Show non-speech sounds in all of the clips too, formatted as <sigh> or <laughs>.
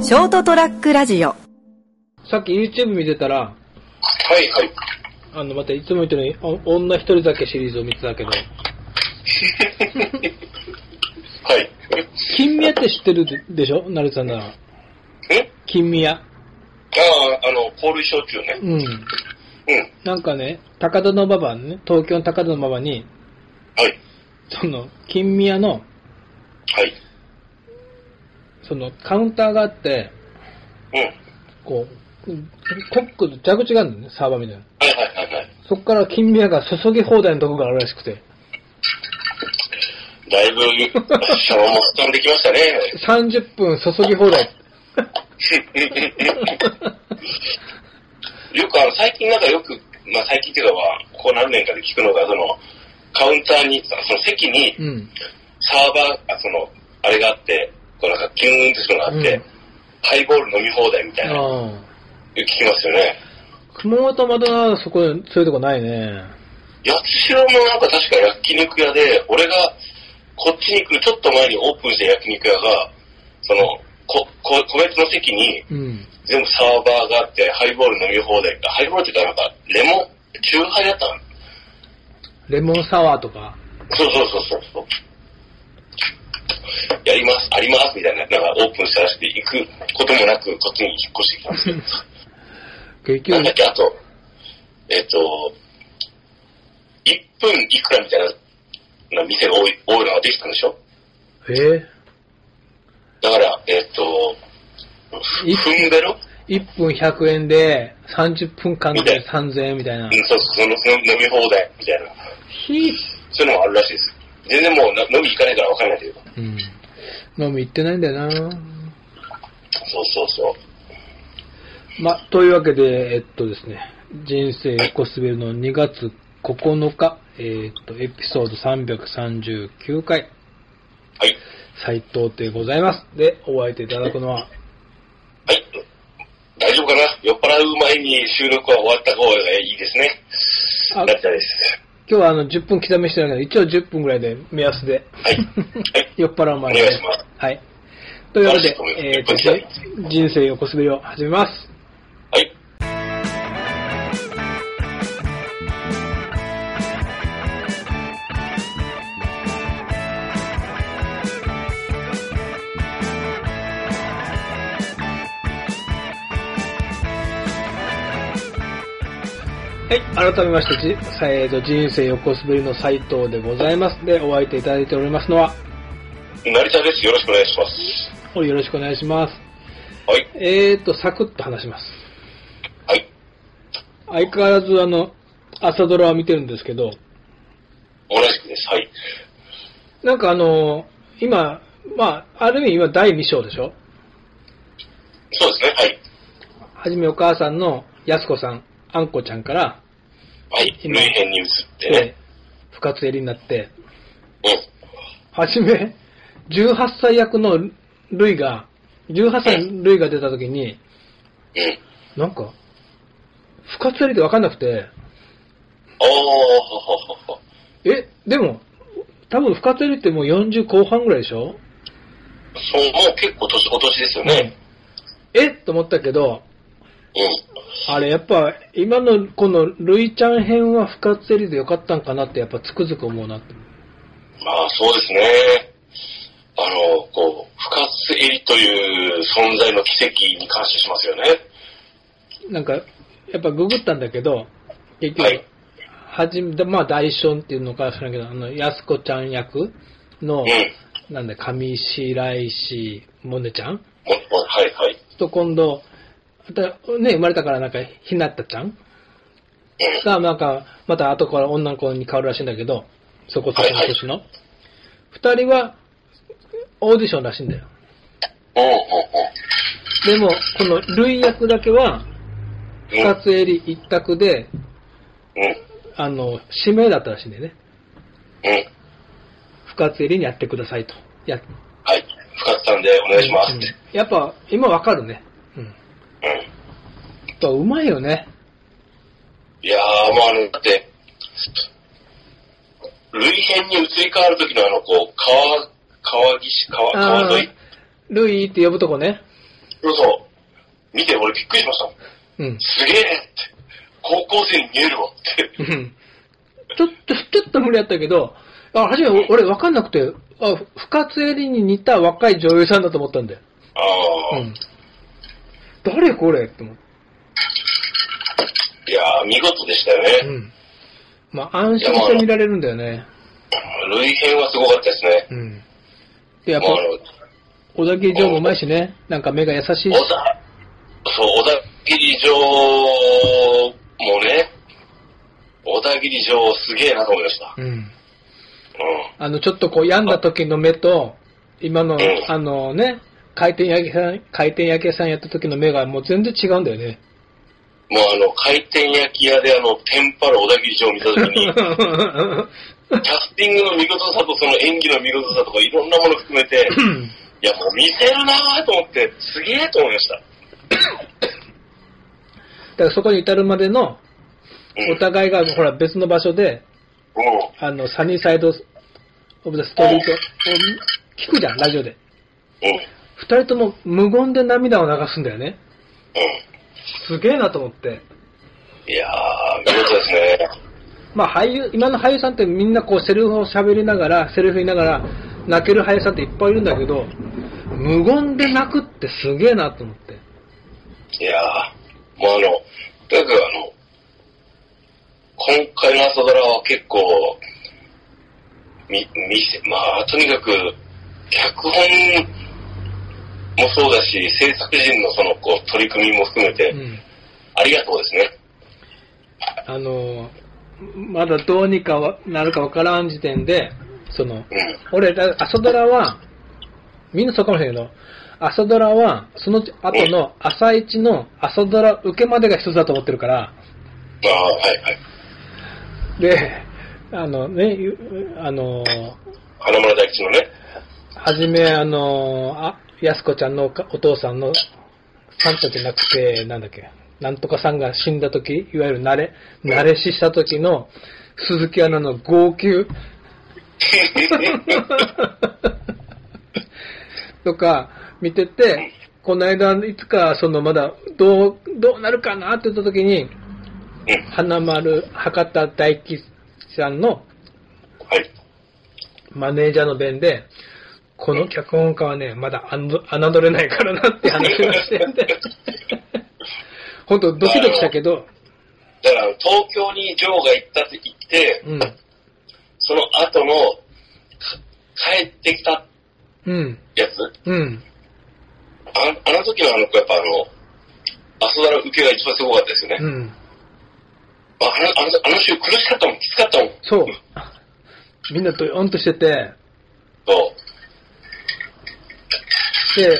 ショートトラックラジオさっき YouTube 見てたら、はいはい。あの、またいつも言ってるように、お女一人だけシリーズを見てたけど、はい。金宮って知ってるでしょなるさんなら。え金宮。ああ、あの、氷焼酎ね。うん。うん。なんかね、高田の馬場ね、東京の高田の馬場に、はい。その、金宮の、はい。その、カウンターがあって、うん。こう、コックの蛇口があるのね、サーバーみたいな。はいはいはいはい。そっから金宮が注ぎ放題のとこがあるらしくて、だいぶ、シャワも膨らんできましたね。 30分注ぎ放題。よくあの、最近なんかよく、まあ最近っていうかは、ここ何年かで聞くのが、その、カウンターに、その席にう、ん。サーバー、あその、あれがあって、こうなんか、キューンってするのがあって、うんハイボール飲み放題みたいな、よああ。く聞きますよね。熊本まだそこ、そういうとこないね。八代もなんか確か焼肉屋で、俺がこっちに来るちょっと前にオープンした焼肉屋が、その、こ、こ、個別の席にうん。全部サーバーがあって、ハイボール飲み放題。ハイボールって言ったらなんか、レモン、チューハイだったのレモンサワーとか。そうそうそうそうそう。やります、あります、みたいな、なんかオープンしたらしくて、行くこともなく、こっちに引っ越してきたんですけど。結な局 <laughs> んだっ、け、あと、えっ、と、1分いくらみたいなな店が多い多いのができたんでしょえー、だから、えっ、と、いふんべろ1分100円で30分間で3000円みたいなうん。、そうそう、そのその飲み放題みたいな。ひそういうのもあるらしいです。全然もうな飲み行かないから分かんないけど。うん。飲み行ってないんだよな。そうそうそう。ま、というわけで、えっとですね、人生横滑りの2月9日、えっと、エピソード339回、はい。斉藤でございます。で、お相手いただくのは、はい。大丈夫かな酔っ払う前に収録は終わった方がいいですね。あ成田です。今日はあの10分刻みしてないけど、一応10分ぐらいで目安で。は <laughs> い。はい。酔っ払う前お願いしますはい。というわけでよろしくお、願いえーとよろしくお願いし人生横滑りを始めます。はい。はい。改めまして、じえーと人生横滑りの斉藤でございます。で、お相手いただいておりますのは、成田です。よろしくお願いします。およろしくお願いします。はい。えーと、サクッと話します。はい。相変わらず、あの、朝ドラは見てるんですけど、同じくです。はい。なんかあの、今、まあ、ある意味今第2章でしょそうですね。はい。はじめお母さんの安子さん、あんこちゃんから、はい。今類編に移ってえね。ー不活襟になって、うん。はじめ、18歳役のルイが、18歳のルイが出た時に、うん。なんか、不活やりってわかんなくて、おー、ほほほほ。え、でも、多分不活やりってもう40後半ぐらいでしょそう、もう結構年、お年ですよね。えと思ったけど、うん。あれやっぱ今のこのルイちゃん編は不活やりでよかったんかなってやっぱつくづく思うなって。まあ、そうですね。あの、こう、不活入りという存在の奇跡に感謝しますよね。なんか、やっぱググったんだけど、結局、はいはじめ、まあ、大ションっていうのか知らんけど、あの、安子ちゃん役の、うなんだ、上白石萌音ちゃんん。ももはい、はい。と今度、またね、生まれたからなんか、ひなたちゃんが、なんか、また後から女の子に変わるらしいんだけど、そこそこの年の。二、人は、オーディションらしいんだよ。うん、うん、でも、この、類役だけは、うん。うん二つ襟一択で、うん。あの、指名だったらしいんだよね。うん。深津絵里にやってくださいと。や、はい。不活さんでお願いします。ううんん。やっぱ、今わかるね。うん。やっぱ、うまいよね。いやー、もうあの、だって、類編に移り変わる時のあの、こう、川、川岸、川、あ川沿いールイって呼ぶとこね。でもさ、見て、俺びっくりしましたもん。うん。 <laughs> すげえって。高校生に見えるわって。うんちょっと、ちょっと無理やったけど、あ、初めお俺分かんなくて、あ、深津絵里に似た若い女優さんだと思ったんだよ。ああ、うん。誰これって思って。いやー、見事でしたようね。ん。まあ、安心して見られるんだよね。類編はすごかったですね。うん。で、やっぱもう、あの、小田切城もうまいしね、なんか目が優しいし小。田、そう、小田切城もね、小田切城すげえなと思いました。うん。うん。あの、ちょっとこう病んだ時の目と、今のええ、あのね、回転焼きさん、回転焼き屋さんやった時の目がもう全然違うんだよね。もうあの、回転焼き屋であの、テンパる小田切城を見たときに、 <laughs> キャスティングの見事さとその演技の見事さとかいろんなもの含めて、いやもう見せるなーと思って、すげえと思いました。だからそこに至るまでの、うん。お互いがほら別の場所で、うんあの、サニーサイド・オブ・ザ・ストリートを聞くじゃん、ラジオで。うん。二人とも無言で涙を流すんだよね。うすげえなと思って。ん。いやー、見事ですね。まあ俳優、今の俳優さんってみんなこうセリフを喋りながら、セリフ言いながら、泣ける俳優さんっていっぱいいるんだけど、無言で泣くってすげえなと思って。いやー、もうあの、とにかくあの、今回の朝ドラは結構、み、見せ、まあ、とにかく、脚本もそうだし、制作陣のその、こう、取り組みも含めてう、ん。ありがとうですね。あのー、まだどうにかはなるかわからん時点で、その、うん。俺、だ朝ドラは、みんなそうかもしれんけど、朝ドラは、その後の朝一の朝ドラ受けまでが一つだと思ってるから、ああ、はいはい。で、あのね、ゆあのー、花村大吉のね、はじめ、あのー、あ、やすこちゃんのおかお父さんの、さんたちじゃなくて、なんだっけ、なんとかさんが死んだ時、いわゆる慣れ、慣れ死した時の、鈴木アナの号泣。とか、見てて、この間、いつか、その、まだ、どう、どうなるかなって言った時に、うん。花丸、博多大吉さんのはい。マネージャーの弁で、この脚本家はね、まだあんど侮れないからなって話をしてんで、本当ドキドキしたけど、だから、東京にジョーが行ったって言って、うん、その後の、か帰ってきたうん、やつうん、ああの時のあの子、やっぱあの、朝ドラ受けが一番すごかったですよね。うん、ああのあのあの週苦しかったもん、きつかったもん。そう。みんなドヨンとしてて、そう。で、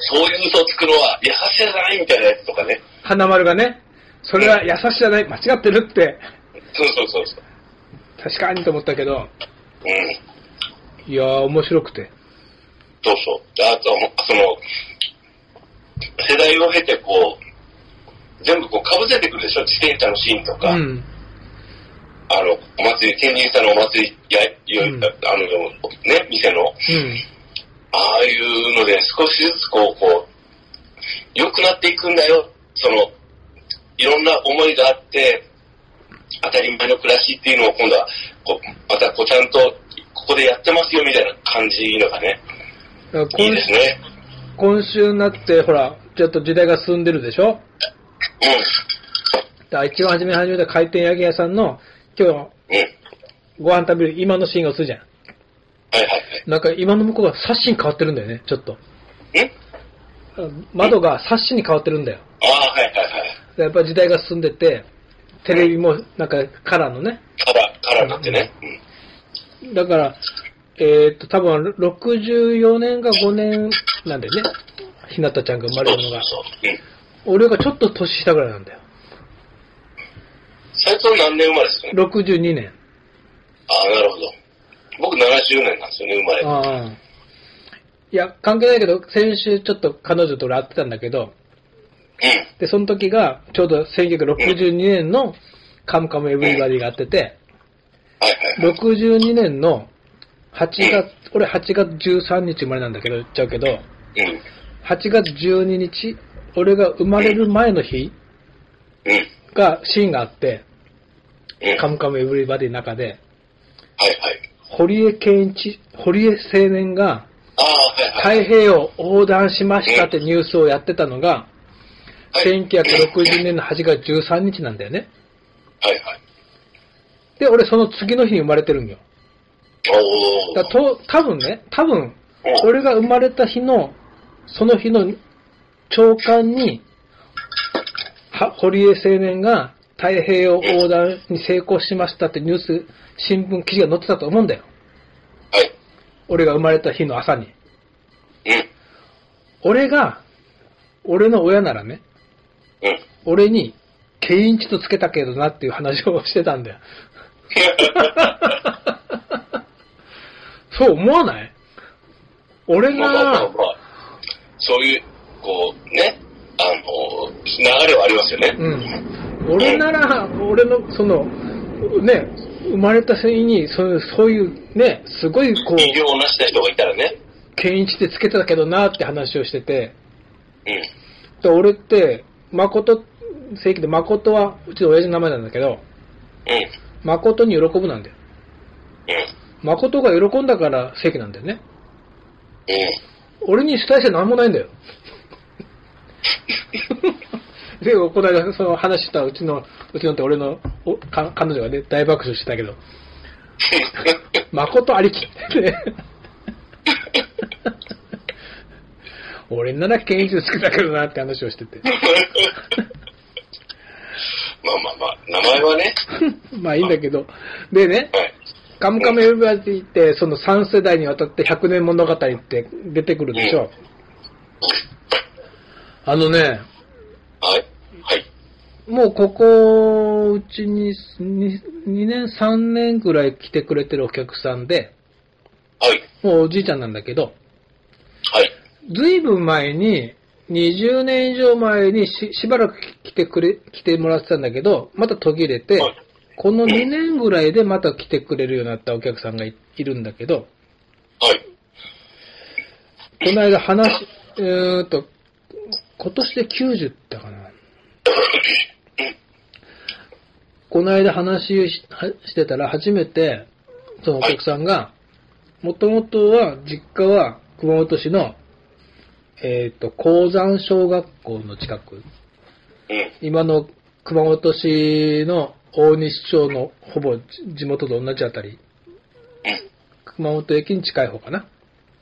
そういう嘘をつくのは優しさじゃないみたいなやつとかね。花丸がね、それは優しじゃない、間違ってるって、そうそうそうそう。確かにと思ったけど、うん。いやー、面白くて。そうそう。であと、その、世代を経てこう、全部こう被せてくるでしょ自転車のシーンとうか、ん、あの、お祭り、天神さんのお祭り、や、ようんあの、ね、店の、うん、ああいうので少しずつこう、こう、良くなっていくんだよ。その、いろんな思いがあって、当たり前の暮らしっていうのを今度は、こうまたこうちゃんと、ここでやってますよみたいな感じのがね、だからいい今ですね。今週になって、ほら、ちょっと時代が進んでるでしょだから一番初めに始めた回転焼き屋さんの、今日、うん、うん。ご飯食べる今のシーンが映るじゃん。はいはいはい。なんか今の向こうがサッシに変わってるんだよね、ちょっと。うんあ窓がサッシに変わってるんだよ。ああ、はいはいはい。やっぱり時代が進んでて、テレビもなんかカラーのね。カラー、カラーになってね。うん。だから、えーっと、多分64年か5年なんだよね。ひなたちゃんが生まそれうるのが。そうそう。うん。俺がちょっと年下ぐらいなんだよ。最初何年生まれですかね62年。ああ、なるほど。僕70年なんですよね、生まれ。はいああ。いや、関係ないけど、先週ちょっと彼女と俺会ってたんだけど、で、その時が、ちょうど1962年のカムカムエヴリバディがあってて、はいはい。 62年の8月、俺8月13日生まれなんだけど、言っちゃうけど、うん。 8月12日、俺が生まれる前の日うん。が、シーンがあって、うん。カはいムカムエブリバディの中で、はい。堀江健一、堀江青年がああ、はいはい。太平洋を横断しましたってニュースをやってたのが、はい1960年の8月13日なんだよね。はいはい。で、俺その次の日に生まれてるんよ。おー。だと、多分ね、多分、うん俺が生まれた日の、その日の朝刊に、は堀江青年が太平洋横断に成功しましたってニュース、新聞記事が載ってたと思うんだよ。はい。俺が生まれた日の朝に。うん。俺が、俺の親ならね、うん。俺に、ケインチとつけたけどなっていう話をしてたん <laughs> だよ。そう思わない俺まあまあまあが、まあ、そういう、こう、ね、あの、流れはありますよね。うん。俺なら、俺の、その、ね、生まれた日に、そういう、そういう、ね、すごい、こ偉う、業を成した人がいたらね。ケインチってつけてたけどなって話をしてて、うん。で俺って、誠、正規で誠は、うちの親父の名前なんだけど、うん。誠に喜ぶなんだよ。うん。誠が喜んだから正義なんだよね。うん。俺に主体性なんもない <laughs> んだよ。で、この間その話したうちの、うちのって俺のおか彼女がね、大爆笑してたけど、誠ありきってね。俺なら権威でつけたけどなって話をしてて。まあまあまあ、名前はね。まあいいんだけど。でね、はい。カムカムエブバディって、その3世代にわたって100年物語って出てくるでしょ。あのね、はい。はい。もうここ、うちに2年、3年ぐらい来てくれてるお客さんで、はい。もうおじいちゃんなんだけど、はい。ずいぶん前に、20年以上前にししばらく来てくれ、来てもらってたんだけど、また途切れてはい、この2年ぐらいでまた来てくれるようになったお客さんがいいるんだけど、はい。この間話、えーっと、今年で90だかな。この間話をしはしてたら初めて、そのお客さんが、もともとは、実家は熊本市の、えーっと、鉱山小学校の近く。うん。今の熊本市の大西町のほぼ地元と同じあたり。熊本駅に近い方かな。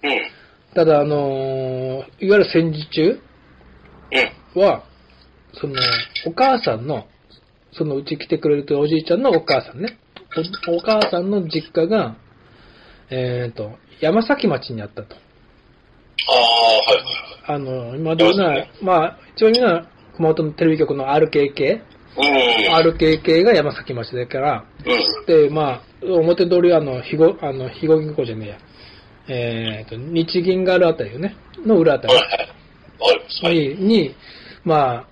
うん。ただ、あのーいわゆる戦時中うん。は、その、お母さんの、そのうち来てくれるというおじいちゃんのお母さんね。おお母さんの実家が、えっ、と、山崎町にあったと。ああ、はいはあの、今で言うなそらうで、まあ、一応言うなら、熊本のテレビ局の RKK、いはい。 RKK が山崎町だから、うん。うで、ん。まあ、表通りはあの、肥後、あの、肥後銀行じゃねえや。えっ、と、日銀があるあたりよね。の裏あたりはい。はい。わかります。はい。に、に、まあ、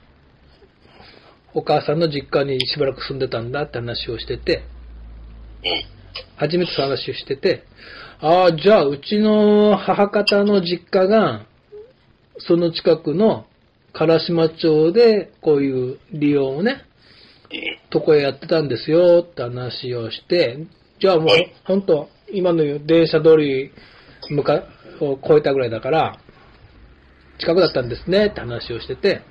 お母さんの実家にしばらく住んでたんだって話をしてて、うん。初めてその話をしてて、ああ、じゃあ、うちの母方の実家が、その近くの唐島町で、こういう利用をね、うん。とこへやってたんですよって話をして、じゃあもうはい、ほんと、今の電車通り向かを越えたぐらいだから、近くだったんですねって話をしてて、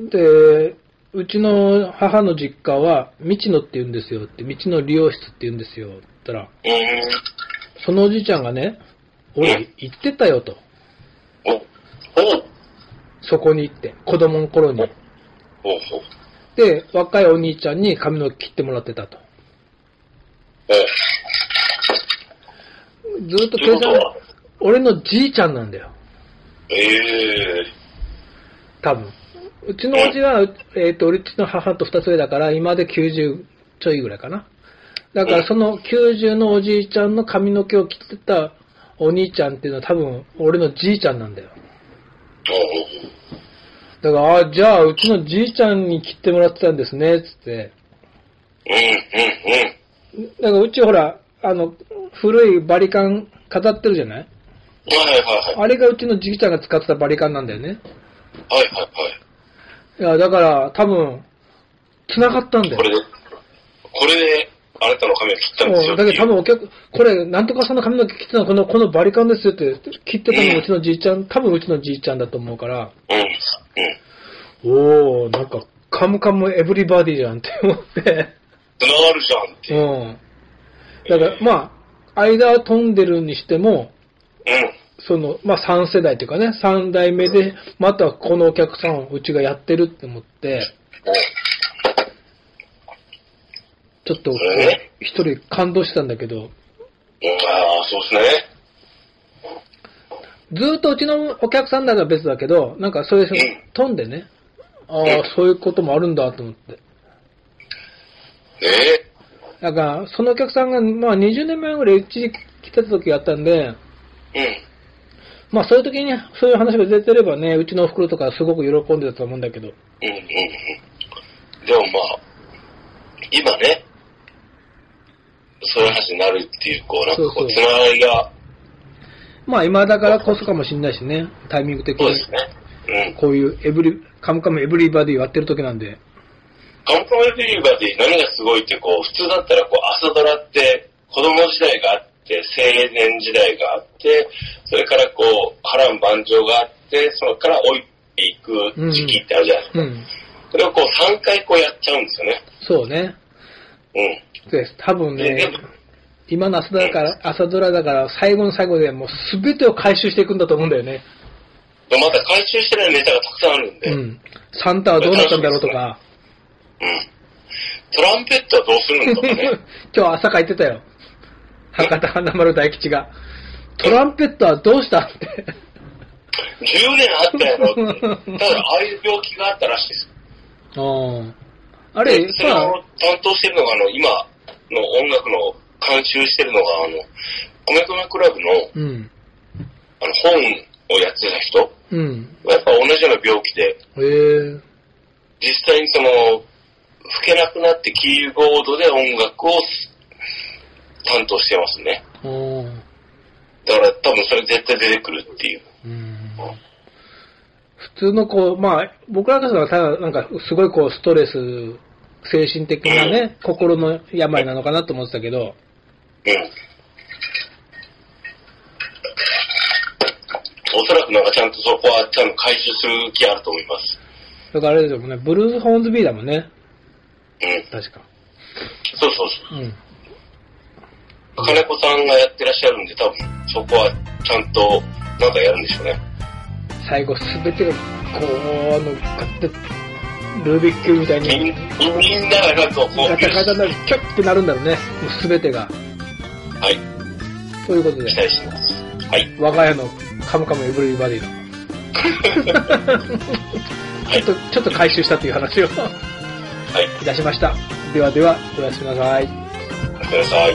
で、うちの母の実家は、道野って言うんですよって、道野理容室って言うんですよって言ったら、うん。そのおじいちゃんがね、俺、行ってたよと、おおそこに行って、子供の頃に。おおで、若いお兄ちゃんに髪の毛切ってもらってたと。ずっと計ってこと算は、俺のじいちゃんなんだよ、ええ多分。うちのおじは、えっ、と、俺っちの母と二つ上だから、今で90ちょいぐらいかな。だかうらんその90のおじいちゃんの髪の毛を切ってたお兄ちゃんっていうのは多分俺のじいちゃんなんだよ。おだから、あじゃあうちのじいちゃんに切ってもらってたんですね、つって。うんうんうん。だからうちほら、あの、古いバリカン飾ってるじゃないはいはいはい。あれがうちのじいちゃんが使ってたバリカンなんだよね。はいはいいや、だから、多分、繋がったんだはよい。こ。れで、これで、あなたの髪を切ったんですうよんってだいう。けど多分お客、これ、なんとかさんの髪の毛切ってたのこの、このバリカンですよって、切ってたのがうちのじいちゃん、多分うちのじいちゃんだと思うから、うん。うん。おー、なんか、カムカムエブリバディじゃんって思って、繋がるじゃんっ <laughs> て。うん。だから、まあ、間は飛んでるにしても、うん。その、まあ3世代というかね、3代目で、またこのお客さんをうちがやってるって思って、ちょっとこえう、一人感動してたんだけど、うん、ああ、そうですね。ずーっとうちのお客さんなら別だけど、なんかそういう人うん飛んでね、ああうん、そういうこともあるんだと思って。ねえ。だから、そのお客さんが、まあ20年前ぐらい、うちに来てた時やったんで、うん。まあそういう時にそういう話が出てればね、うちのお袋とかすごく喜んでたと思うんだけど、うんうんうん。でもまあ、今ね、そういう話になるっていう、こう、なんかこそうう、つそうながりが、まあ今だからこそかもしんないしね、タイミング的そうにで。すね。うん。こういうエブリ、カムカムエブリバディをやってる時なんで。カンプロエビーバーで何がすごいって、こう、普通だったら、こう、朝ドラって、子供時代があって、青年時代があって、それからこう、波乱万丈があって、それから老いていく時期ってあるじゃないですか。うん。それをこう、3回こうやっちゃうんですよね。そうね。うん。で、多分でねでも、今の朝だから、朝ドラだから、最後の最後でもう全てを回収していくんだと思うんだよね。でまだ回収してないネタがたくさんあるんで、ううん。ん。サンタはどうなったんだろうと <laughs> か。トランペットはどうするのと <laughs> かね。今日朝書いてたよ。博多花丸大吉が。トランペットはどうしたって。 10年あったやろ <laughs> って。ただ、ああいう病気があったらしいです。うん。ああれ、それまをあ、担当してるのが、あの、今の音楽の監修してるのが、あの、米米クラブの、うん。あの、本をやってた人うん。やっぱ同じような病気で、へえ。実際にその、吹けなくなってキーボードで音楽をす担当してますね。うん。だから多分それ絶対出てくるっていう。うん普通のこう、まあ、僕らからしたらただなんかすごいこうストレス、精神的なね、心の病なのかなと思ってたけど、うん。おそらくなんかちゃんとそこはちゃんと回収する気あると思います。だからあれですもんね、ブルーホーンズビーだもんね、うん。確か。そうそううん。そう。金子さんがやってらっしゃるんで、多分そこはちゃんとなんかやるんでしょうね。最後すべてがこう、あの、ガッて、ルービックみたいみんに、みんながなんかこう、ガタガタになる、キャッてなるんだろうね、もうすべてが。はい。ということで期、待してます。はい。我が家のカムカムエブリバディの。 <laughs> ちょっと、ちょっと回収したという話を。 <laughs> はい。いたしました。ではでは、おやすみなさい。おやすみなさい。